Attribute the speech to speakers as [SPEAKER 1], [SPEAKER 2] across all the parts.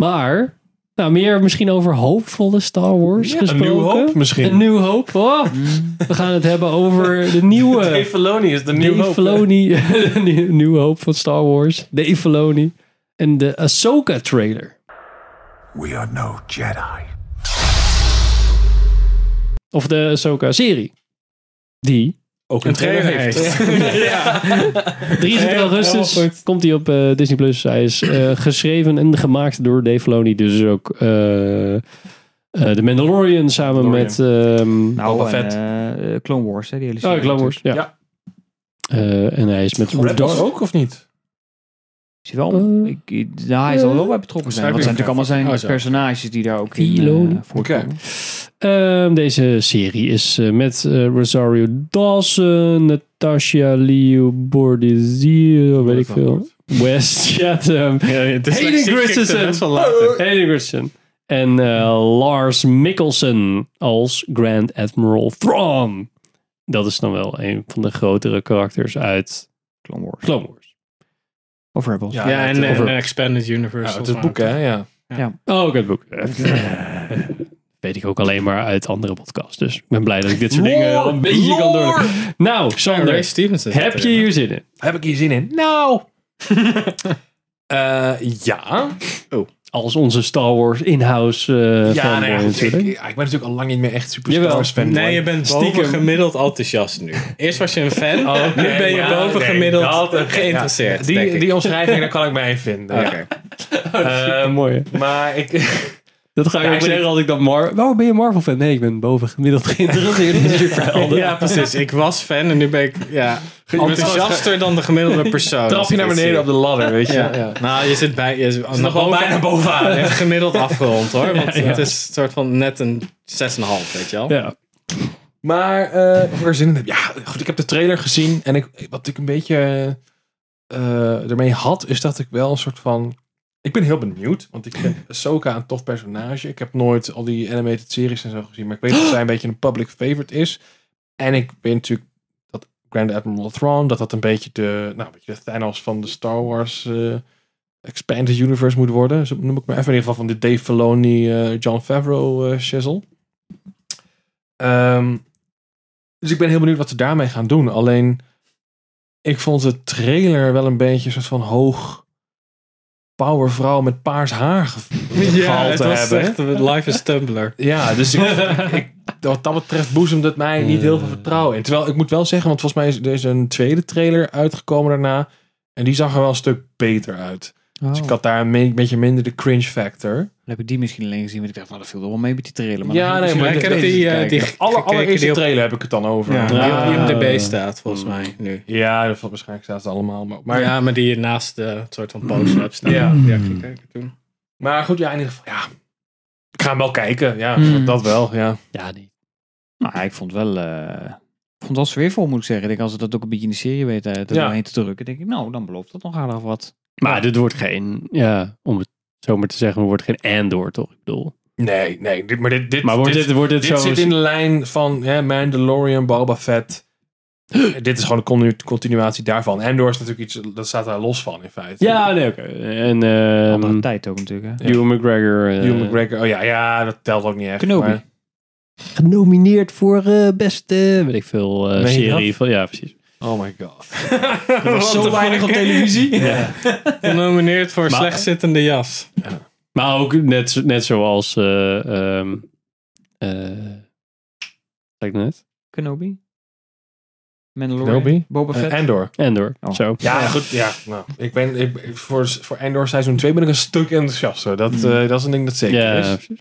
[SPEAKER 1] Maar, nou, meer misschien over hoopvolle Star Wars
[SPEAKER 2] Ja, een
[SPEAKER 1] gesproken.
[SPEAKER 2] nieuw hoop misschien.
[SPEAKER 1] Een nieuw hoop. Oh, we gaan het hebben over de nieuwe...
[SPEAKER 2] Dave Filoni is de nieuwe
[SPEAKER 1] Dave
[SPEAKER 2] hoop.
[SPEAKER 1] Filoni, de nieuw- nieuwe hoop van Star Wars. Dave Filoni. En de Ahsoka trailer.
[SPEAKER 3] We are no Jedi.
[SPEAKER 1] Of de Ahsoka serie. Die.
[SPEAKER 2] Ook een trailer heeft. ja.
[SPEAKER 1] 23
[SPEAKER 2] Heel
[SPEAKER 1] augustus
[SPEAKER 2] goed.
[SPEAKER 1] komt hij op eh, Disney+. Plus. Hij is eh, geschreven en gemaakt door Dave Filoni. Dus ook eh, eh, The Mandalorian samen
[SPEAKER 2] Mandalorian.
[SPEAKER 1] met... ehm
[SPEAKER 4] Nou,
[SPEAKER 2] Boba
[SPEAKER 4] en,
[SPEAKER 2] Fett.
[SPEAKER 4] eh, eh, Clone Wars, hè, die hele
[SPEAKER 1] oh,
[SPEAKER 4] serie
[SPEAKER 1] Clone Wars. Ja.
[SPEAKER 2] Ja.
[SPEAKER 1] Eh, en hij is met...
[SPEAKER 2] Red was
[SPEAKER 1] Darth-
[SPEAKER 2] ook of niet?
[SPEAKER 4] Is hij wel,
[SPEAKER 1] Eh,
[SPEAKER 4] ik, ik- nou, hij zal er wel bij betrokken zijn.
[SPEAKER 2] Schrijf
[SPEAKER 4] Want het
[SPEAKER 2] ik
[SPEAKER 4] zijn natuurlijk allemaal
[SPEAKER 2] even.
[SPEAKER 4] zijn personages die daar ook
[SPEAKER 1] Filoni.
[SPEAKER 4] in eh voorkomen.
[SPEAKER 1] Ehm, deze serie is eh, met eh, Rosario Dawson, Natasha Liu Bordizio, weet ik veel. West Chatham, ehm, Hayden Christensen. Hayden Christensen. En eh, Lars Mikkelsen als Grand Admiral Thrawn. Dat is dan wel een van de grotere karakters uit
[SPEAKER 4] Clone Wars.
[SPEAKER 1] Clone Wars.
[SPEAKER 4] Of Rebels.
[SPEAKER 5] Ja, en, en
[SPEAKER 1] over-
[SPEAKER 5] een Expanded
[SPEAKER 2] Ja,
[SPEAKER 5] Universe. of
[SPEAKER 2] het is
[SPEAKER 5] zo.
[SPEAKER 2] boek, hè? Ja.
[SPEAKER 1] Oh, ik heb het boek. Weet ik ook alleen maar uit andere podcasts. Dus ik ben blij dat ik dit soort dingen al een beetje kan door. Nou,
[SPEAKER 5] Ja, Ray
[SPEAKER 1] Sander,
[SPEAKER 5] Stevens is
[SPEAKER 1] heb
[SPEAKER 5] dat
[SPEAKER 1] je
[SPEAKER 5] erin, hè?
[SPEAKER 1] hier zin in?
[SPEAKER 2] Heb ik hier zin in? Nou. Eh, ja.
[SPEAKER 1] als onze Star Wars in-house eh
[SPEAKER 2] ja,
[SPEAKER 1] fanboy
[SPEAKER 2] nou ja, goed, ik,
[SPEAKER 1] natuurlijk.
[SPEAKER 2] ik, ik ben natuurlijk al lang niet meer echt super
[SPEAKER 1] Jawel.
[SPEAKER 2] Star Wars fan.
[SPEAKER 5] Nee, je bent boven gemiddeld enthousiast nu. Eerst was je een fan, nu ben je boven gemiddeld geïnteresseerd. denk
[SPEAKER 2] die,
[SPEAKER 5] ik.
[SPEAKER 2] die omschrijving, daar kan ik mij in vinden.
[SPEAKER 5] Ja.
[SPEAKER 2] Eh,
[SPEAKER 1] mooi. hè?
[SPEAKER 2] maar ik...
[SPEAKER 1] Dat ga ik
[SPEAKER 2] Ja,
[SPEAKER 1] ook
[SPEAKER 2] ik-
[SPEAKER 1] zeggen als ik dat Mar... Waarom ben je Marvel fan? Nee, ik ben bovengemiddeld geïnteresseerd in superhelden.
[SPEAKER 5] Ja, precies. Ik was fan en nu ben ik ja,
[SPEAKER 2] bent
[SPEAKER 5] enthousiaster dan de gemiddelde persoon.
[SPEAKER 2] Trap je naar beneden op de ladder, weet je.
[SPEAKER 5] Ja. Nou, je zit bij, je is
[SPEAKER 2] nog wel bijna bovenaan.
[SPEAKER 5] Echt gemiddeld afgerond hoor. Want
[SPEAKER 1] Ja, ja.
[SPEAKER 5] het is een soort van net een 6,5, weet je wel.
[SPEAKER 1] Ja.
[SPEAKER 2] Maar eh of ik er zin in heb. Ja, goed, ik heb de trailer gezien. En ik, wat ik een beetje eh ermee had, is dat ik wel een soort van. Ik ben heel benieuwd. Want ik vind Ahsoka een tof personage. Ik heb nooit al die animated series en zo gezien. Maar ik weet dat zij een beetje een public favorite is. En ik weet natuurlijk dat Grand Admiral Thrawn, dat dat een beetje de, nou, een beetje de Thanos van de Star Wars eh, Expanded Universe moet worden. Zo noem ik maar even. In ieder geval van de Dave Filoni, eh, John Favreau eh shizzle. Ehm, dus ik ben heel benieuwd wat ze daarmee gaan doen. Alleen, ik vond de trailer wel een beetje een soort van hoog powervrouw met paars haar ge-
[SPEAKER 5] Ja,
[SPEAKER 2] gehaald
[SPEAKER 5] het
[SPEAKER 2] te
[SPEAKER 5] was
[SPEAKER 2] hebben.
[SPEAKER 5] echt live is Tumblr.
[SPEAKER 2] Ja, dus ik, ik, wat dat betreft boezemt het mij niet heel veel vertrouwen in. Terwijl ik moet wel zeggen, want volgens mij is er is een tweede trailer uitgekomen daarna. En die zag er wel een stuk beter uit.
[SPEAKER 4] Oh.
[SPEAKER 2] Dus ik had daar een me- beetje minder de cringe factor.
[SPEAKER 4] Dan heb ik die misschien alleen gezien, want ik dacht, nou, dat viel er wel mee met die trailer. Maar
[SPEAKER 2] Ja,
[SPEAKER 4] dan moet
[SPEAKER 2] nee,
[SPEAKER 4] ik
[SPEAKER 2] maar
[SPEAKER 4] misschien
[SPEAKER 5] ik heb
[SPEAKER 4] nog
[SPEAKER 5] die,
[SPEAKER 4] eens
[SPEAKER 5] eh,
[SPEAKER 4] kijken.
[SPEAKER 5] die
[SPEAKER 2] Alle
[SPEAKER 5] gekeken
[SPEAKER 2] allereerste
[SPEAKER 5] die op-
[SPEAKER 2] trailer heb ik het dan over.
[SPEAKER 5] Ja,
[SPEAKER 2] ja.
[SPEAKER 5] die op
[SPEAKER 1] Ah.
[SPEAKER 5] IMDb staat volgens mij nu.
[SPEAKER 2] dat valt waarschijnlijk staat het allemaal. Maar, maar
[SPEAKER 5] Maar ja, maar die naast de soort van nou, poster hebt staan.
[SPEAKER 2] Ja.
[SPEAKER 5] ja gekeken toen.
[SPEAKER 2] Maar goed, ja, in ieder geval, ja. Ik ga hem wel kijken, ja.
[SPEAKER 4] Hmm.
[SPEAKER 2] Dat wel, ja.
[SPEAKER 1] Ja, die.
[SPEAKER 4] Nou, ja, ik vond wel... eh, ik vond het wel sfeervol, moet ik zeggen. Ik denk, als ze dat ook een beetje in de serie weten eh, er
[SPEAKER 2] Ja.
[SPEAKER 4] doorheen te drukken, denk ik, nou, dan belooft dat nog aardig wat.
[SPEAKER 1] Maar dit wordt geen... Ja, om het zo maar te zeggen, wordt geen Andor, toch? Ik bedoel.
[SPEAKER 2] Nee, nee. Dit, maar dit, dit,
[SPEAKER 1] Maar wordt
[SPEAKER 2] dit,
[SPEAKER 1] dit, wordt dit,
[SPEAKER 2] Dit
[SPEAKER 1] zo...
[SPEAKER 2] zit in de lijn van hè, Mandalorian, Boba Fett. Dit is gewoon een continu- continuatie daarvan. Endor is natuurlijk iets, dat staat daar los van in feite.
[SPEAKER 1] Ja, nee, oké. En
[SPEAKER 4] Andere
[SPEAKER 1] ehm
[SPEAKER 4] tijd ook natuurlijk, hè.
[SPEAKER 1] Hugh McGregor... eh,
[SPEAKER 2] Hugh McGregor, oh ja, ja, dat telt ook niet echt.
[SPEAKER 4] Kenobi.
[SPEAKER 2] maar-
[SPEAKER 1] Genomineerd voor eh, beste, weet ik veel, eh,
[SPEAKER 2] Meen je
[SPEAKER 1] serie. Van, ja, precies.
[SPEAKER 2] oh my god.
[SPEAKER 5] Er was zo weinig op televisie.
[SPEAKER 1] Ja.
[SPEAKER 5] Genomineerd voor
[SPEAKER 1] Maar-
[SPEAKER 5] slechtzittende jas.
[SPEAKER 1] Maar ook net, zo- net zoals... eh ehm eh, zeg ik net?
[SPEAKER 4] Kenobi? Mandalorian?
[SPEAKER 2] Kenobi?
[SPEAKER 4] Boba Fett?
[SPEAKER 2] Eh, Endor.
[SPEAKER 1] Endor,
[SPEAKER 4] Oh.
[SPEAKER 1] zo.
[SPEAKER 2] Ja, goed. Ja, nou, ik ben, ik, voor, voor Endor seizoen 2 ben ik een stuk enthousiaster. Dat,
[SPEAKER 4] Mm.
[SPEAKER 2] eh, dat is een ding dat zeker is.
[SPEAKER 1] Ja, precies.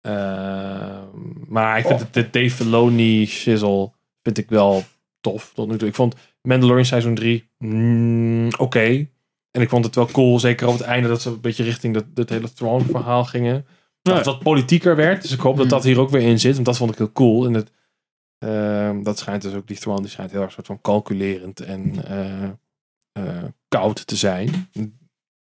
[SPEAKER 2] Ehm, maar ik vind het de Dave Filoni shizzle vind ik wel tof tot nu toe. Ik vond Mandalorian seizoen 3 mm, oké. En ik vond het wel cool, zeker op het einde dat ze een beetje richting dat, dat hele Thrawn verhaal gingen. Dat het wat politieker werd. Dus ik hoop dat
[SPEAKER 4] Mm.
[SPEAKER 2] dat hier ook weer in zit. Want dat vond ik heel cool. En het, ehm, dat schijnt dus ook, die Thrawn die schijnt heel erg soort van calculerend en eh, eh, koud te zijn.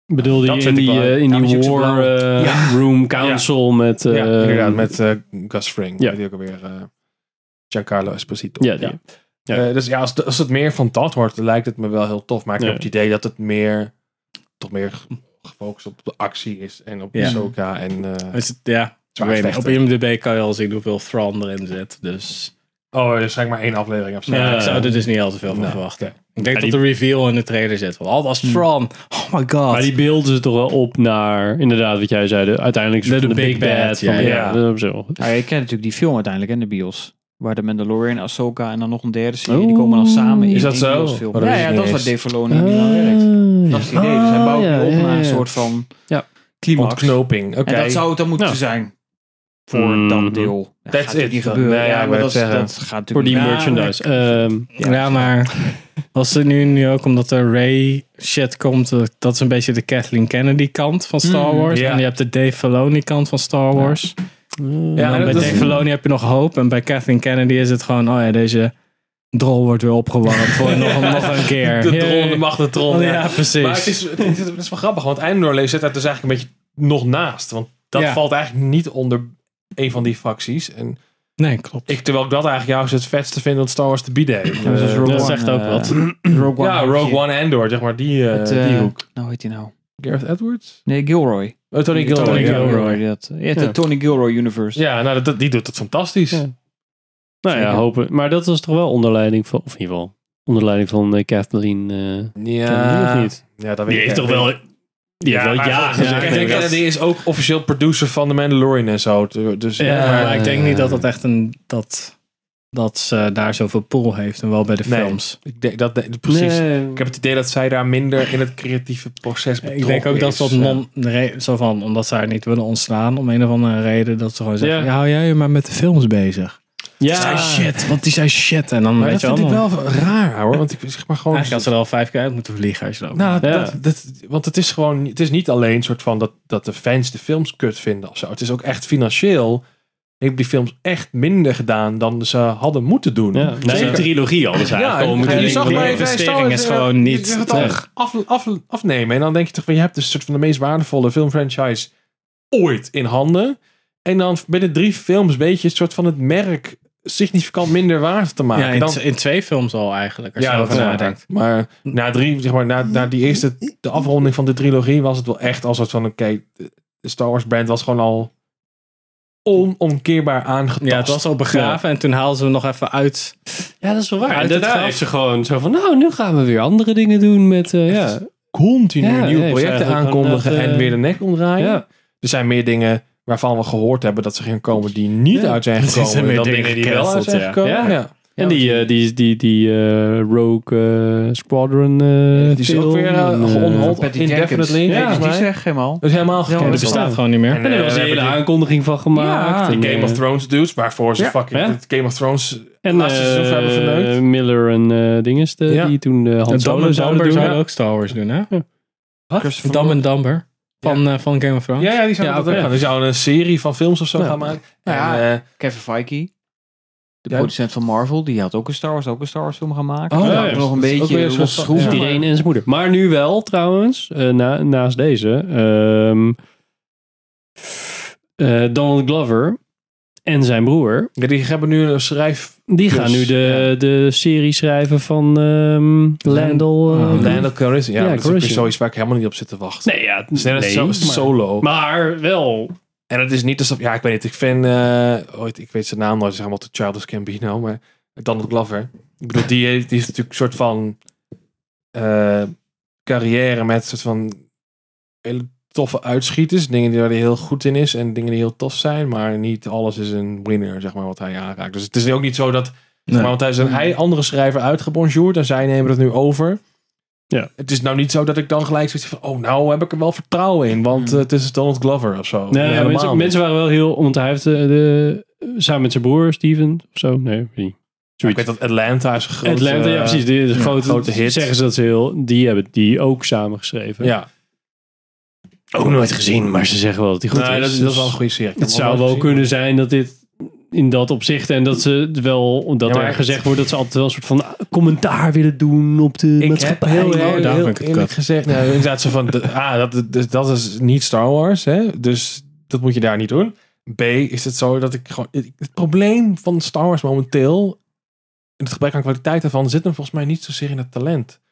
[SPEAKER 1] Bedoel
[SPEAKER 2] Dat
[SPEAKER 1] die in
[SPEAKER 2] vind ik
[SPEAKER 1] die,
[SPEAKER 2] wel-
[SPEAKER 1] eh, in
[SPEAKER 2] Ja, met
[SPEAKER 1] die
[SPEAKER 2] Hugh
[SPEAKER 1] war
[SPEAKER 2] Jackman.
[SPEAKER 1] eh,
[SPEAKER 2] Ja.
[SPEAKER 1] room council met... eh,
[SPEAKER 2] ja, inderdaad, met eh, Gus Fring.
[SPEAKER 1] ja.
[SPEAKER 2] Ja. Die ook alweer eh, Giancarlo Esposito.
[SPEAKER 1] Ja, die. Ja.
[SPEAKER 2] Eh, dus ja, als, als het meer van dat wordt, dan lijkt het me wel heel tof. Maar ik
[SPEAKER 1] Ja.
[SPEAKER 2] heb het idee dat het meer, toch meer gefocust op de actie is en op
[SPEAKER 5] Ja.
[SPEAKER 2] Ahsoka en eh,
[SPEAKER 5] Dus, ja, ik
[SPEAKER 2] Zwaar
[SPEAKER 5] weet niet. Op
[SPEAKER 2] vechten.
[SPEAKER 5] IMDb kan je al zien hoeveel Thrawn erin zit. Dus
[SPEAKER 2] oh, er is eigenlijk maar één aflevering of zo.
[SPEAKER 5] ja, ik zou er dus niet al te veel van
[SPEAKER 2] Nee.
[SPEAKER 5] verwachten.
[SPEAKER 2] Nou, Oké.
[SPEAKER 5] Ik denk
[SPEAKER 1] Ja,
[SPEAKER 5] dat
[SPEAKER 1] die-
[SPEAKER 5] de reveal in de trailer zit. Want, oh, dat
[SPEAKER 2] Hmm.
[SPEAKER 5] was Thrawn. Oh my god.
[SPEAKER 1] Maar die beelden ze toch wel op naar, inderdaad, wat jij zei, de, uiteindelijk
[SPEAKER 5] De-
[SPEAKER 1] de,
[SPEAKER 5] de
[SPEAKER 1] de,
[SPEAKER 5] big
[SPEAKER 1] big bad.
[SPEAKER 5] bad,
[SPEAKER 1] van,
[SPEAKER 5] ja,
[SPEAKER 1] ja,
[SPEAKER 5] ja.
[SPEAKER 1] dat is op zich wel goed.
[SPEAKER 4] Nou, je kent natuurlijk die film uiteindelijk in de bios. Waar de Mandalorian, Ahsoka en dan nog een derde serie, die
[SPEAKER 1] Oh.
[SPEAKER 4] komen dan samen in
[SPEAKER 2] Is dat
[SPEAKER 4] één
[SPEAKER 2] zo?
[SPEAKER 4] biosfilm.
[SPEAKER 2] Maar dat
[SPEAKER 4] Ja,
[SPEAKER 2] wist ik
[SPEAKER 4] ja,
[SPEAKER 2] niet
[SPEAKER 4] dat is wat
[SPEAKER 2] eens. Ah,
[SPEAKER 4] Dave Filoni nu aan werkt.
[SPEAKER 1] Ah,
[SPEAKER 4] Dat is het idee. Dus hij bouwt nu op naar een soort van
[SPEAKER 1] Ja.
[SPEAKER 4] climax.
[SPEAKER 2] Ontknoping. Oké.
[SPEAKER 4] En dat zou het dan moeten
[SPEAKER 1] Nou.
[SPEAKER 4] zijn. Voor
[SPEAKER 1] Mhm.
[SPEAKER 4] dat deel. Dat gaat
[SPEAKER 2] That's it.
[SPEAKER 4] natuurlijk niet gebeuren.
[SPEAKER 2] Nee,
[SPEAKER 4] ja,
[SPEAKER 2] ik wou
[SPEAKER 4] maar
[SPEAKER 2] het
[SPEAKER 4] dat, is-
[SPEAKER 2] zeggen.
[SPEAKER 4] dat gaat natuurlijk
[SPEAKER 1] Voor die
[SPEAKER 4] niet
[SPEAKER 5] Ja,
[SPEAKER 1] merchandise. Ehm,
[SPEAKER 5] Ja, maar was het nu, nu ook omdat er Ray shit komt? eh, Dat is een beetje de Kathleen Kennedy kant van Star
[SPEAKER 4] Mm,
[SPEAKER 5] Wars.
[SPEAKER 2] Hmm, ja.
[SPEAKER 5] En je hebt de Dave Filoni kant van Star Wars.
[SPEAKER 2] Ja,
[SPEAKER 1] nou,
[SPEAKER 5] en
[SPEAKER 2] dat
[SPEAKER 5] bij
[SPEAKER 2] is-
[SPEAKER 5] Dave Filoni heb je nog hoop. En bij Kathleen Kennedy is het gewoon, oh ja, deze drol wordt weer opgewarmd voor nog, een- nog een keer.
[SPEAKER 2] De
[SPEAKER 5] Yay.
[SPEAKER 2] troll, de macht, de troll.
[SPEAKER 5] Oh,
[SPEAKER 2] ja.
[SPEAKER 5] ja, precies.
[SPEAKER 2] Maar het is, het, is, het is wel grappig, want Eindorlee zit daar dus eigenlijk een beetje nog naast. Want dat
[SPEAKER 5] Ja.
[SPEAKER 2] valt eigenlijk niet onder een van die facties. En
[SPEAKER 5] Nee, klopt.
[SPEAKER 2] ik, terwijl ik dat eigenlijk juist het vetste vind dat Star Wars te bieden heeft.
[SPEAKER 4] Ja, zoals
[SPEAKER 2] Eh,
[SPEAKER 4] Rogue
[SPEAKER 1] dat
[SPEAKER 4] One,
[SPEAKER 1] zegt ook
[SPEAKER 4] eh,
[SPEAKER 1] wat.
[SPEAKER 4] Rogue One
[SPEAKER 2] ja,
[SPEAKER 4] heb je.
[SPEAKER 2] Rogue One Endor, zeg maar, die, eh
[SPEAKER 4] Het, eh,
[SPEAKER 2] die hoek.
[SPEAKER 4] Nou, hoe heet hij nou?
[SPEAKER 2] Gareth Edwards?
[SPEAKER 4] Nee, Gilroy.
[SPEAKER 2] Oh, Tony Gilroy.
[SPEAKER 5] Tony
[SPEAKER 2] ja.
[SPEAKER 5] Gilroy.
[SPEAKER 4] dat, ja, het
[SPEAKER 1] Ja.
[SPEAKER 4] Tony Gilroy universe.
[SPEAKER 2] Ja, nou, dat- dat, die doet het fantastisch.
[SPEAKER 1] Ja. nou ja,
[SPEAKER 4] Zeker.
[SPEAKER 1] hopen. Maar dat was toch wel onder leiding van, of in ieder geval, onder leiding van eh, Kathleen eh Kennedy, of niet?
[SPEAKER 2] ja dat
[SPEAKER 1] Die
[SPEAKER 2] weet ik
[SPEAKER 1] heeft toch
[SPEAKER 2] eigenlijk
[SPEAKER 1] wel,
[SPEAKER 2] niet.
[SPEAKER 1] die heeft wel
[SPEAKER 2] maar
[SPEAKER 1] ja
[SPEAKER 2] volgens-
[SPEAKER 1] gezegd.
[SPEAKER 2] Kathleen
[SPEAKER 1] denk ik.
[SPEAKER 2] Kennedy is ook officieel producer van The Mandalorian en zo. te- Dus ja,
[SPEAKER 5] Ja, maar
[SPEAKER 2] maar-
[SPEAKER 5] ik denk niet dat het echt een... Dat, dat ze daar zoveel pool heeft. En wel bij de
[SPEAKER 2] Nee.
[SPEAKER 5] films.
[SPEAKER 2] ik denk dat, nee, precies.
[SPEAKER 1] Nee.
[SPEAKER 2] Ik heb het idee dat zij daar minder in het creatieve proces betrokken
[SPEAKER 5] Ik denk ook dat ze dat
[SPEAKER 2] is.
[SPEAKER 5] non, de re- zo van, omdat zij het niet willen ontslaan, om een of andere reden, dat ze gewoon zeggen,
[SPEAKER 1] Ja.
[SPEAKER 5] ja, hou jij je maar met de films bezig. Die
[SPEAKER 1] Ja,
[SPEAKER 5] zijn shit, want die zijn shit. En dan
[SPEAKER 2] Maar dat
[SPEAKER 5] weet je wel,
[SPEAKER 2] vind ik
[SPEAKER 5] dan-
[SPEAKER 2] wel raar hoor. Want ik zeg maar gewoon.
[SPEAKER 5] eigenlijk had ze er al vijf keer uit moeten vliegen als je dat
[SPEAKER 2] Nou,
[SPEAKER 1] Ja.
[SPEAKER 2] dat, dat, want het is gewoon. Het is niet alleen soort van dat, dat de fans de films kut vinden of zo. Het is ook echt financieel. Heeft die films echt minder gedaan dan ze hadden moeten doen.
[SPEAKER 1] ja. Na
[SPEAKER 2] Zeker.
[SPEAKER 1] zijn trilogie al. Dus
[SPEAKER 2] Ja,
[SPEAKER 1] eigenlijk al
[SPEAKER 2] en
[SPEAKER 1] moeten
[SPEAKER 2] je
[SPEAKER 1] die-
[SPEAKER 2] zag
[SPEAKER 5] die
[SPEAKER 2] maar even
[SPEAKER 5] investering
[SPEAKER 2] Star Wars,
[SPEAKER 5] is
[SPEAKER 2] eh,
[SPEAKER 5] gewoon
[SPEAKER 2] je
[SPEAKER 5] niet
[SPEAKER 2] zag het al
[SPEAKER 5] terug.
[SPEAKER 2] Af, af, afnemen. En dan denk je toch van je hebt dus een soort van de meest waardevolle filmfranchise ooit in handen. En dan binnen drie films weet je een soort van het merk significant minder waard te maken.
[SPEAKER 5] ja, in,
[SPEAKER 2] dan,
[SPEAKER 5] t- in twee films al eigenlijk, als je
[SPEAKER 2] dat
[SPEAKER 5] erover
[SPEAKER 2] is waar.
[SPEAKER 5] nadenkt.
[SPEAKER 2] Maar na drie, zeg maar, na, na die eerste, de afronding van de trilogie was het wel echt als het van, oké, de Star Wars brand was gewoon al onomkeerbaar aangetast.
[SPEAKER 5] Ja, het was al begraven en toen haalden ze hem nog even uit.
[SPEAKER 1] Ja, dat is wel waar.
[SPEAKER 5] Ja,
[SPEAKER 1] en
[SPEAKER 5] dat
[SPEAKER 1] daarna
[SPEAKER 5] gaf-
[SPEAKER 1] heeft ze gewoon zo van, nou, nu gaan we weer andere dingen doen met, eh, ja.
[SPEAKER 2] continu
[SPEAKER 1] Ja,
[SPEAKER 2] nieuwe
[SPEAKER 1] nee,
[SPEAKER 2] projecten
[SPEAKER 1] eigenlijk
[SPEAKER 2] aankondigen
[SPEAKER 1] gewoon dat,
[SPEAKER 2] en
[SPEAKER 1] eh,
[SPEAKER 2] weer de nek omdraaien.
[SPEAKER 1] ja.
[SPEAKER 2] Er zijn meer dingen waarvan we gehoord hebben dat ze gaan komen die niet
[SPEAKER 1] Ja.
[SPEAKER 2] uit zijn
[SPEAKER 5] Er zijn
[SPEAKER 2] gekomen.
[SPEAKER 5] meer
[SPEAKER 2] dan
[SPEAKER 5] dingen
[SPEAKER 2] dingen die wel uit
[SPEAKER 5] gecanceld,
[SPEAKER 2] zijn
[SPEAKER 5] ja.
[SPEAKER 2] gekomen.
[SPEAKER 1] Ja.
[SPEAKER 2] Ja.
[SPEAKER 1] En die, eh, die, die, die eh, Rogue eh, Squadron eh,
[SPEAKER 2] Die is ook
[SPEAKER 1] film
[SPEAKER 2] weer
[SPEAKER 1] en,
[SPEAKER 2] uh,
[SPEAKER 1] eh,
[SPEAKER 2] onhold
[SPEAKER 4] Patty Jenkins.
[SPEAKER 2] indefinitely.
[SPEAKER 1] Ja,
[SPEAKER 4] Dus
[SPEAKER 2] volgens
[SPEAKER 4] die
[SPEAKER 2] mij.
[SPEAKER 4] zeg helemaal.
[SPEAKER 2] Dat is helemaal
[SPEAKER 5] Ja,
[SPEAKER 2] gecanceld.
[SPEAKER 5] die bestaat gewoon niet meer.
[SPEAKER 1] En er was een hele aankondiging van gemaakt.
[SPEAKER 4] Ja.
[SPEAKER 1] En,
[SPEAKER 2] Die Game
[SPEAKER 1] eh,
[SPEAKER 2] of Thrones dudes, waarvoor ze
[SPEAKER 1] Ja.
[SPEAKER 2] fucking
[SPEAKER 1] Ja.
[SPEAKER 2] het Game of Thrones
[SPEAKER 1] En
[SPEAKER 2] laatste seizoen hebben
[SPEAKER 1] eh,
[SPEAKER 2] verneukt.
[SPEAKER 1] Miller en eh dinges, de,
[SPEAKER 2] Ja.
[SPEAKER 1] die toen eh Han
[SPEAKER 5] En Dam
[SPEAKER 1] Solo
[SPEAKER 5] en
[SPEAKER 1] zouden
[SPEAKER 5] Damber
[SPEAKER 1] doen.
[SPEAKER 5] zouden ook Star Wars doen, hè?
[SPEAKER 4] Christopher
[SPEAKER 5] Dam en Damber van, eh, van Game of Thrones.
[SPEAKER 2] Ja, ja, die zouden
[SPEAKER 5] Ja,
[SPEAKER 2] dat ook
[SPEAKER 5] oké.
[SPEAKER 2] gaan. Die zouden een serie van films of zo gaan maken.
[SPEAKER 4] Nou Ja.
[SPEAKER 2] En, eh,
[SPEAKER 4] Kevin Feige, de
[SPEAKER 2] Ja.
[SPEAKER 4] producent van Marvel, die had ook een Star Wars, ook een Star Wars film gemaakt.
[SPEAKER 2] Oh,
[SPEAKER 4] Oh,
[SPEAKER 2] ja,
[SPEAKER 4] nog een
[SPEAKER 2] dat is ook weer
[SPEAKER 4] beetje
[SPEAKER 2] een soort
[SPEAKER 4] losse
[SPEAKER 2] van-
[SPEAKER 4] schroeven.
[SPEAKER 2] Ja.
[SPEAKER 4] maar-
[SPEAKER 1] Iedereen en zijn moeder. Maar nu wel, trouwens, eh, na, naast deze, ehm, eh, Donald Glover en zijn broer,
[SPEAKER 2] ja, die hebben nu een schrijf...
[SPEAKER 1] die
[SPEAKER 2] Dus,
[SPEAKER 1] gaan nu de, de serie schrijven van ehm Landel.
[SPEAKER 2] Ah,
[SPEAKER 1] eh,
[SPEAKER 5] Oh,
[SPEAKER 2] Land of Charisma. Ja,
[SPEAKER 1] Ja,
[SPEAKER 2] maar dat is ook weer
[SPEAKER 1] Charisma.
[SPEAKER 2] zoiets waar ik helemaal niet op zit te wachten.
[SPEAKER 1] Nee, ja,
[SPEAKER 2] Het is net als zo- solo.
[SPEAKER 1] Maar wel.
[SPEAKER 2] En het is niet alsof... Ja, ik weet niet. Ik vind... eh, ooit, ik weet zijn naam nooit. Ze zijn allemaal te Childish Gambino. Maar Donald Glover. Ik bedoel, die, heeft- die is natuurlijk een soort van... eh, carrière met een soort van... Hele toffe uitschieters. Dingen die waar hij heel goed in is. En dingen die heel tof zijn. Maar niet alles is een winner, zeg maar, wat hij aanraakt. Dus het is ook niet zo dat...
[SPEAKER 5] Nee.
[SPEAKER 2] Maar want hij is een hij andere schrijver uitgebonjourd en zij nemen het nu over.
[SPEAKER 1] Ja.
[SPEAKER 2] Het is nou niet zo dat ik dan gelijk zoiets van, oh nou heb ik er wel vertrouwen in, want eh, het is Donald Glover of zo.
[SPEAKER 1] Nee,
[SPEAKER 2] Helemaal
[SPEAKER 1] mensen,
[SPEAKER 2] niet.
[SPEAKER 1] mensen waren wel heel. Want hij heeft eh, de, samen met zijn broer Steven of zo. Nee, weet niet.
[SPEAKER 2] Nou, ik
[SPEAKER 1] Zoiets.
[SPEAKER 2] weet dat Atlanta is een grote... eh,
[SPEAKER 1] Atlanta, ja precies. Die is een
[SPEAKER 2] ja,
[SPEAKER 1] grote,
[SPEAKER 2] grote hit.
[SPEAKER 1] Zeggen ze dat ze heel. Die hebben die ook samen geschreven.
[SPEAKER 2] Ja,
[SPEAKER 1] Ook nooit gezien, maar ze zeggen wel Nou, dat die goed
[SPEAKER 2] Nee,
[SPEAKER 1] is. Dus-
[SPEAKER 2] dat, is, dat is wel een goede serie. Ik heb
[SPEAKER 1] Het
[SPEAKER 2] hem
[SPEAKER 1] zou
[SPEAKER 2] nooit
[SPEAKER 1] wel
[SPEAKER 2] gezien.
[SPEAKER 1] kunnen zijn dat dit in dat opzicht en dat ze het wel dat
[SPEAKER 2] Ja, maar
[SPEAKER 1] er
[SPEAKER 2] het-
[SPEAKER 1] gezegd wordt dat ze altijd wel een soort van commentaar willen doen op de
[SPEAKER 2] Ik heb
[SPEAKER 1] maatschappij. Nou,
[SPEAKER 2] heel, heel,
[SPEAKER 5] daarom
[SPEAKER 2] heel
[SPEAKER 5] vind ik het
[SPEAKER 2] eerlijk
[SPEAKER 5] kut.
[SPEAKER 2] gezegd, nou, inderdaad zo van, de- ah, dat, dat, dat is niet Star Wars, hè? dus dat moet je daar niet doen. B, is het zo dat ik gewoon, het, het probleem van Star Wars momenteel, en het gebrek aan kwaliteit daarvan, zit hem volgens mij niet zozeer in het talent.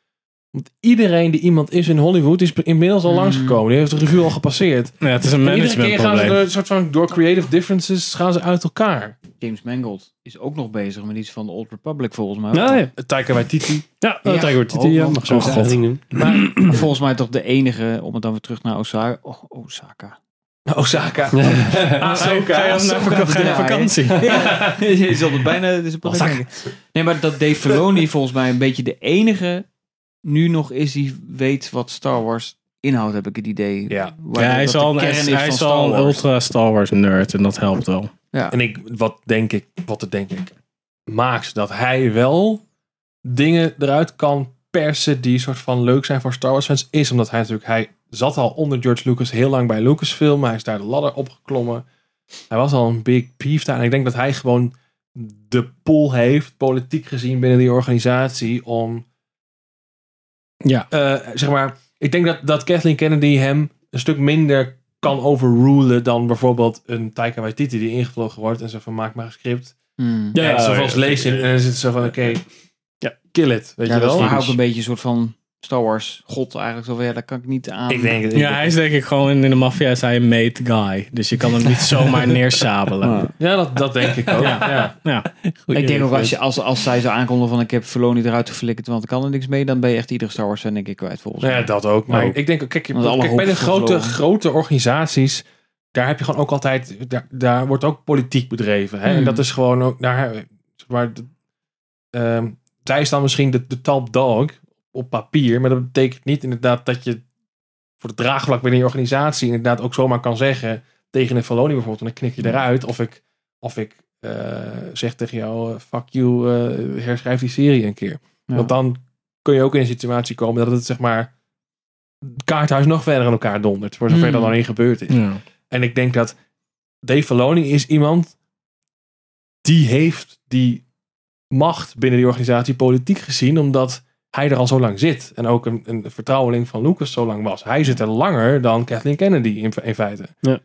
[SPEAKER 2] Want iedereen die iemand is in Hollywood is inmiddels al langsgekomen. Die heeft de revue al gepasseerd.
[SPEAKER 5] Ja, het is een
[SPEAKER 2] En iedere keer gaan ze
[SPEAKER 5] managementprobleem.
[SPEAKER 2] door, soort van, door creative differences gaan ze uit elkaar.
[SPEAKER 4] James Mangold is ook nog bezig met iets van de Old Republic volgens mij.
[SPEAKER 1] Nou ja,
[SPEAKER 2] Taika Waititi.
[SPEAKER 1] ja, dat
[SPEAKER 4] Ja.
[SPEAKER 1] Tiger Woods, die, ja,
[SPEAKER 4] Oh,
[SPEAKER 1] mag zo
[SPEAKER 4] oh,
[SPEAKER 1] zijn
[SPEAKER 4] God.
[SPEAKER 1] ding doen.
[SPEAKER 4] Maar volgens mij toch de enige, om het dan weer terug naar Osaka. Oh, Osaka.
[SPEAKER 2] Osaka.
[SPEAKER 5] Ga je
[SPEAKER 2] Ahsoka.
[SPEAKER 5] dan naar vak- ga je naar
[SPEAKER 4] Ja,
[SPEAKER 5] vakantie?
[SPEAKER 4] Ja, je zal het bijna... dit is een probleem
[SPEAKER 1] Osaka.
[SPEAKER 4] denken. Nee, maar dat Dave Filoni volgens mij een beetje de enige nu nog is die weet wat Star Wars inhoudt, heb ik het idee.
[SPEAKER 2] Ja.
[SPEAKER 4] Waar-
[SPEAKER 5] Ja, hij
[SPEAKER 4] dat
[SPEAKER 5] is
[SPEAKER 4] de
[SPEAKER 5] al, hij
[SPEAKER 4] kern
[SPEAKER 5] is,
[SPEAKER 4] is
[SPEAKER 5] hij
[SPEAKER 4] van
[SPEAKER 5] is
[SPEAKER 4] Star
[SPEAKER 5] al een
[SPEAKER 4] Wars.
[SPEAKER 5] ultra Star Wars nerd en dat helpt wel.
[SPEAKER 2] En ik, wat denk ik, wat denk ik, maakt dat hij wel dingen eruit kan persen die soort van leuk zijn voor Star Wars fans, is omdat hij natuurlijk, hij zat al onder George Lucas heel lang bij Lucasfilm, hij is daar de ladder opgeklommen. Hij was al een big pief daar en ik denk dat hij gewoon de pool heeft, politiek gezien binnen die organisatie, om
[SPEAKER 5] Ja.
[SPEAKER 2] eh, zeg maar, ik denk dat, dat Kathleen Kennedy hem een stuk minder kan overrulen dan bijvoorbeeld een Taika Waititi die ingevlogen wordt en zo van maak maar een script.
[SPEAKER 4] Hmm.
[SPEAKER 1] Ja,
[SPEAKER 2] Ja, en ze vast
[SPEAKER 1] ja.
[SPEAKER 2] lezen en dan zitten ze van oké, ja, kill it, weet
[SPEAKER 4] Ja,
[SPEAKER 2] je wel.
[SPEAKER 4] dat is
[SPEAKER 2] Dus-
[SPEAKER 4] voor haar ook een beetje een soort van Star Wars god eigenlijk. Zo van, ja, daar kan ik niet aan.
[SPEAKER 2] ik denk
[SPEAKER 5] Ja, hij is denk ik gewoon in de maffia is hij een mate guy. Dus je kan hem niet zomaar neersabelen.
[SPEAKER 4] Ja.
[SPEAKER 2] ja dat, dat denk ik ook. ja.
[SPEAKER 5] Ja.
[SPEAKER 4] ik denk ook als, je, als, als zij zou aankondigen van ik heb Filoni eruit geflikkerd, want ik kan er niks mee, dan ben je echt iedere Star Wars fan denk ik kwijt volgens
[SPEAKER 2] Nou
[SPEAKER 4] mij.
[SPEAKER 2] ja, dat ook. Maar
[SPEAKER 5] Oh.
[SPEAKER 2] ik denk, ook, kijk, je-
[SPEAKER 4] Want alle
[SPEAKER 2] kijk bij
[SPEAKER 4] hoop
[SPEAKER 2] de
[SPEAKER 4] is
[SPEAKER 2] grote,
[SPEAKER 4] verloren.
[SPEAKER 2] grote organisaties, daar heb je gewoon ook altijd, daar, daar wordt ook politiek bedreven. Hè? En
[SPEAKER 4] Hmm.
[SPEAKER 2] dat is gewoon ook, daar, zeg maar, d- ehm, zij is dan misschien de, de top dog op papier, maar dat betekent niet inderdaad dat je voor het draagvlak binnen je organisatie inderdaad ook zomaar kan zeggen tegen een Valoni bijvoorbeeld, en dan knik je eruit of ik, of ik eh, zeg tegen jou, eh, fuck you, eh, herschrijf die serie een keer.
[SPEAKER 4] Ja.
[SPEAKER 2] Want dan kun je ook in een situatie komen dat het zeg maar het kaarthuis nog verder aan elkaar dondert, voor zover
[SPEAKER 4] Hmm.
[SPEAKER 2] dat dan niet gebeurd is.
[SPEAKER 5] Ja.
[SPEAKER 2] En ik denk dat Dave Filoni is iemand die heeft die macht binnen die organisatie politiek gezien, omdat hij er al zo lang zit. En ook een, een vertrouweling van Lucas zo lang was. Hij zit er langer dan Kathleen Kennedy in, in feite.
[SPEAKER 1] Ja.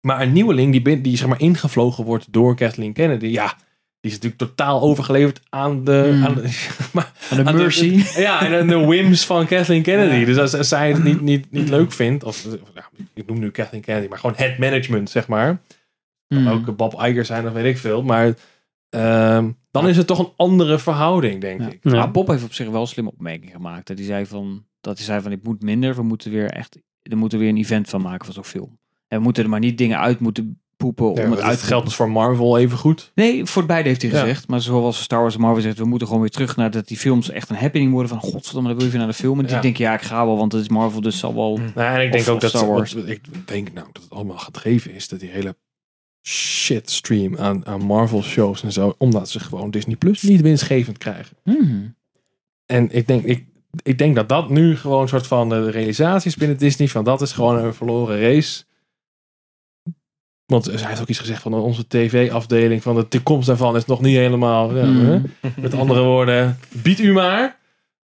[SPEAKER 2] Maar een nieuweling die, bin- die zeg maar ingevlogen wordt door Kathleen Kennedy, ja, die is natuurlijk totaal overgeleverd aan de,
[SPEAKER 4] Hmm.
[SPEAKER 2] aan de, maar
[SPEAKER 4] Aan de
[SPEAKER 2] aan Ah, de-
[SPEAKER 4] mercy.
[SPEAKER 2] ja, en de whims van Kathleen Kennedy. Dus als, als zij het niet, niet, niet leuk vindt, of, of, ja, ik noem nu Kathleen Kennedy, maar gewoon het management, zeg maar.
[SPEAKER 4] Hmm.
[SPEAKER 2] Ook Bob Iger zijn of weet ik veel. Maar ehm, dan is het toch een andere verhouding, denk
[SPEAKER 4] Ja.
[SPEAKER 2] ik.
[SPEAKER 1] Ja.
[SPEAKER 4] Maar Ah, Bob heeft op zich wel een slimme opmerking gemaakt. Dat hij zei van, dat hij zei van ik moet minder, we moeten weer echt, er moeten weer een event van maken van zo'n film. En we moeten er maar niet dingen uit moeten poepen om
[SPEAKER 2] Ja,
[SPEAKER 4] het
[SPEAKER 2] het
[SPEAKER 4] uit te
[SPEAKER 2] geldt dus voor Marvel even goed.
[SPEAKER 4] Nee, voor beide heeft hij
[SPEAKER 2] Ja.
[SPEAKER 4] gezegd. Maar zoals Star Wars en Marvel zegt, we moeten gewoon weer terug naar dat die films echt een happening worden. Van godverdomme, dan wil je weer naar de film. En
[SPEAKER 2] Ja.
[SPEAKER 4] ik denk, ja, ik ga wel, want het is Marvel, dus zal wel...
[SPEAKER 2] Nou, en ik denk
[SPEAKER 4] Of-
[SPEAKER 2] ook
[SPEAKER 4] of
[SPEAKER 2] dat
[SPEAKER 4] Star Wars.
[SPEAKER 2] want ik denk nou dat het allemaal gedreven is dat die hele shitstream aan, aan Marvel shows en zo, omdat ze gewoon Disney Plus niet winstgevend krijgen.
[SPEAKER 4] Hmm.
[SPEAKER 2] En ik denk, ik, ik denk dat dat nu gewoon een soort van de realisatie is binnen Disney. Van dat is gewoon een verloren race. Want hij heeft ook iets gezegd van onze tv-afdeling. Van de toekomst daarvan is nog niet helemaal. ja, hè?
[SPEAKER 4] Hmm.
[SPEAKER 2] Met andere woorden, bied u maar.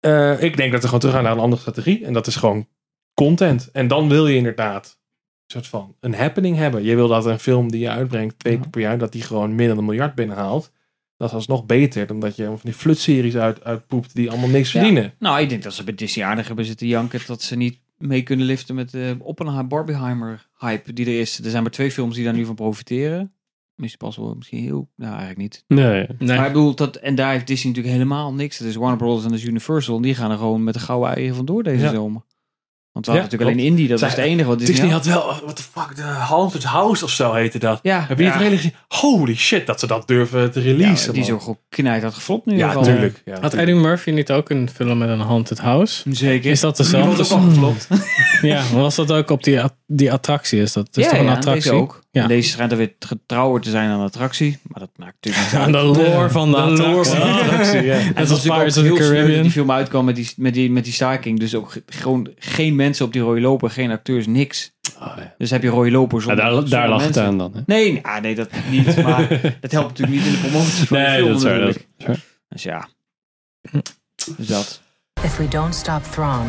[SPEAKER 2] Eh, ik denk dat we gewoon teruggaan naar een andere strategie. En dat is gewoon content. En dan wil je inderdaad een soort van een happening hebben. Je wil dat een film die je uitbrengt twee
[SPEAKER 4] Mhm.
[SPEAKER 2] keer per jaar, dat die gewoon meer dan een miljard binnenhaalt. Dat is alsnog beter dan dat je van die flutseries uit, uitpoept die allemaal niks
[SPEAKER 4] Ja.
[SPEAKER 2] verdienen.
[SPEAKER 4] Nou, ik denk dat ze bij Disney aardig hebben zitten janken dat ze niet mee kunnen liften met de Oppenheimer, Barbieheimer hype die er is. Er zijn maar twee films die daar nu van profiteren. Misschien pas wel, misschien heel... Nou, eigenlijk niet.
[SPEAKER 1] Nee,
[SPEAKER 5] Nee.
[SPEAKER 4] Maar ik bedoel, dat, en daar heeft Disney natuurlijk helemaal niks. Dat is Warner Bros. en dat is Universal. En die gaan er gewoon met de gouden eieren vandoor deze
[SPEAKER 2] Ja.
[SPEAKER 4] zomer. Want we
[SPEAKER 2] Ja,
[SPEAKER 4] hadden natuurlijk alleen Indie, dat
[SPEAKER 2] Zij-
[SPEAKER 4] was het enige wat Disney, had.
[SPEAKER 2] wel, what the fuck, de Haunted House of zo heette dat.
[SPEAKER 4] Ja,
[SPEAKER 2] Heb je
[SPEAKER 4] ja.
[SPEAKER 2] die trailer gezien? Holy shit, dat ze dat durven te releasen.
[SPEAKER 4] Ja, die is
[SPEAKER 2] man.
[SPEAKER 4] ook gewoon knijt had geflopt nu.
[SPEAKER 2] ja,
[SPEAKER 4] ook al.
[SPEAKER 2] tuurlijk. Ja,
[SPEAKER 5] Had
[SPEAKER 2] tuurlijk.
[SPEAKER 5] Eddie Murphy niet ook een film met een haunted house?
[SPEAKER 4] Zeker.
[SPEAKER 5] Is dat
[SPEAKER 4] Die wordt
[SPEAKER 5] dezelfde?
[SPEAKER 4] ook al geflopt?
[SPEAKER 5] Ja, maar was dat ook op die, at- die attractie? Is dat is toch een attractie?
[SPEAKER 4] Deze ook.
[SPEAKER 5] Ja.
[SPEAKER 4] En Deze schijnt er weer getrouwer te zijn aan de attractie. Maar dat maakt natuurlijk niet uit.
[SPEAKER 5] Aan de lore van de,
[SPEAKER 2] lore
[SPEAKER 5] attractie.
[SPEAKER 2] van de attractie, ja.
[SPEAKER 5] Net
[SPEAKER 4] Het
[SPEAKER 5] als
[SPEAKER 4] was
[SPEAKER 5] Pirates
[SPEAKER 4] natuurlijk ook heel sneu
[SPEAKER 5] of the
[SPEAKER 4] dat
[SPEAKER 5] Caribbean.
[SPEAKER 4] die film uitkwam met die, met die, met die staking. Dus ook ge- gewoon geen mensen op die rode loper. Geen acteurs, niks.
[SPEAKER 1] Oh, ja.
[SPEAKER 4] Dus heb je rode lopers
[SPEAKER 1] Ja,
[SPEAKER 4] zonder,
[SPEAKER 1] daar, daar
[SPEAKER 4] zonder
[SPEAKER 1] lag het
[SPEAKER 4] mensen.
[SPEAKER 1] aan dan. Hè?
[SPEAKER 4] Nee, nou, nee, dat niet. Maar dat helpt natuurlijk niet in de promotie van de
[SPEAKER 1] Nee,
[SPEAKER 4] film.
[SPEAKER 1] dat is waar, dat
[SPEAKER 4] natuurlijk.
[SPEAKER 1] is waar.
[SPEAKER 4] Dus ja. Dus dat.
[SPEAKER 6] If we don't stop Thrawn,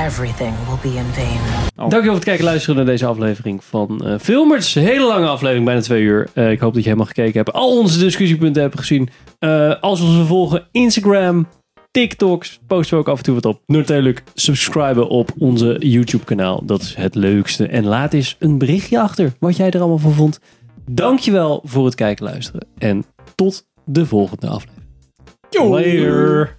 [SPEAKER 6] everything will be in vain.
[SPEAKER 1] Dankjewel voor het kijken en luisteren naar deze aflevering van eh, Filmers. Hele lange aflevering, bijna twee uur. Eh, ik hoop dat je helemaal gekeken hebt. Al onze discussiepunten hebt gezien. Eh, als we ons volgen, Instagram, TikToks posten we ook af en toe wat op. Natuurlijk subscriben op onze YouTube kanaal. Dat is het leukste. En laat eens een berichtje achter wat jij er allemaal van vond. Dankjewel voor het kijken luisteren. En tot de volgende aflevering. Later.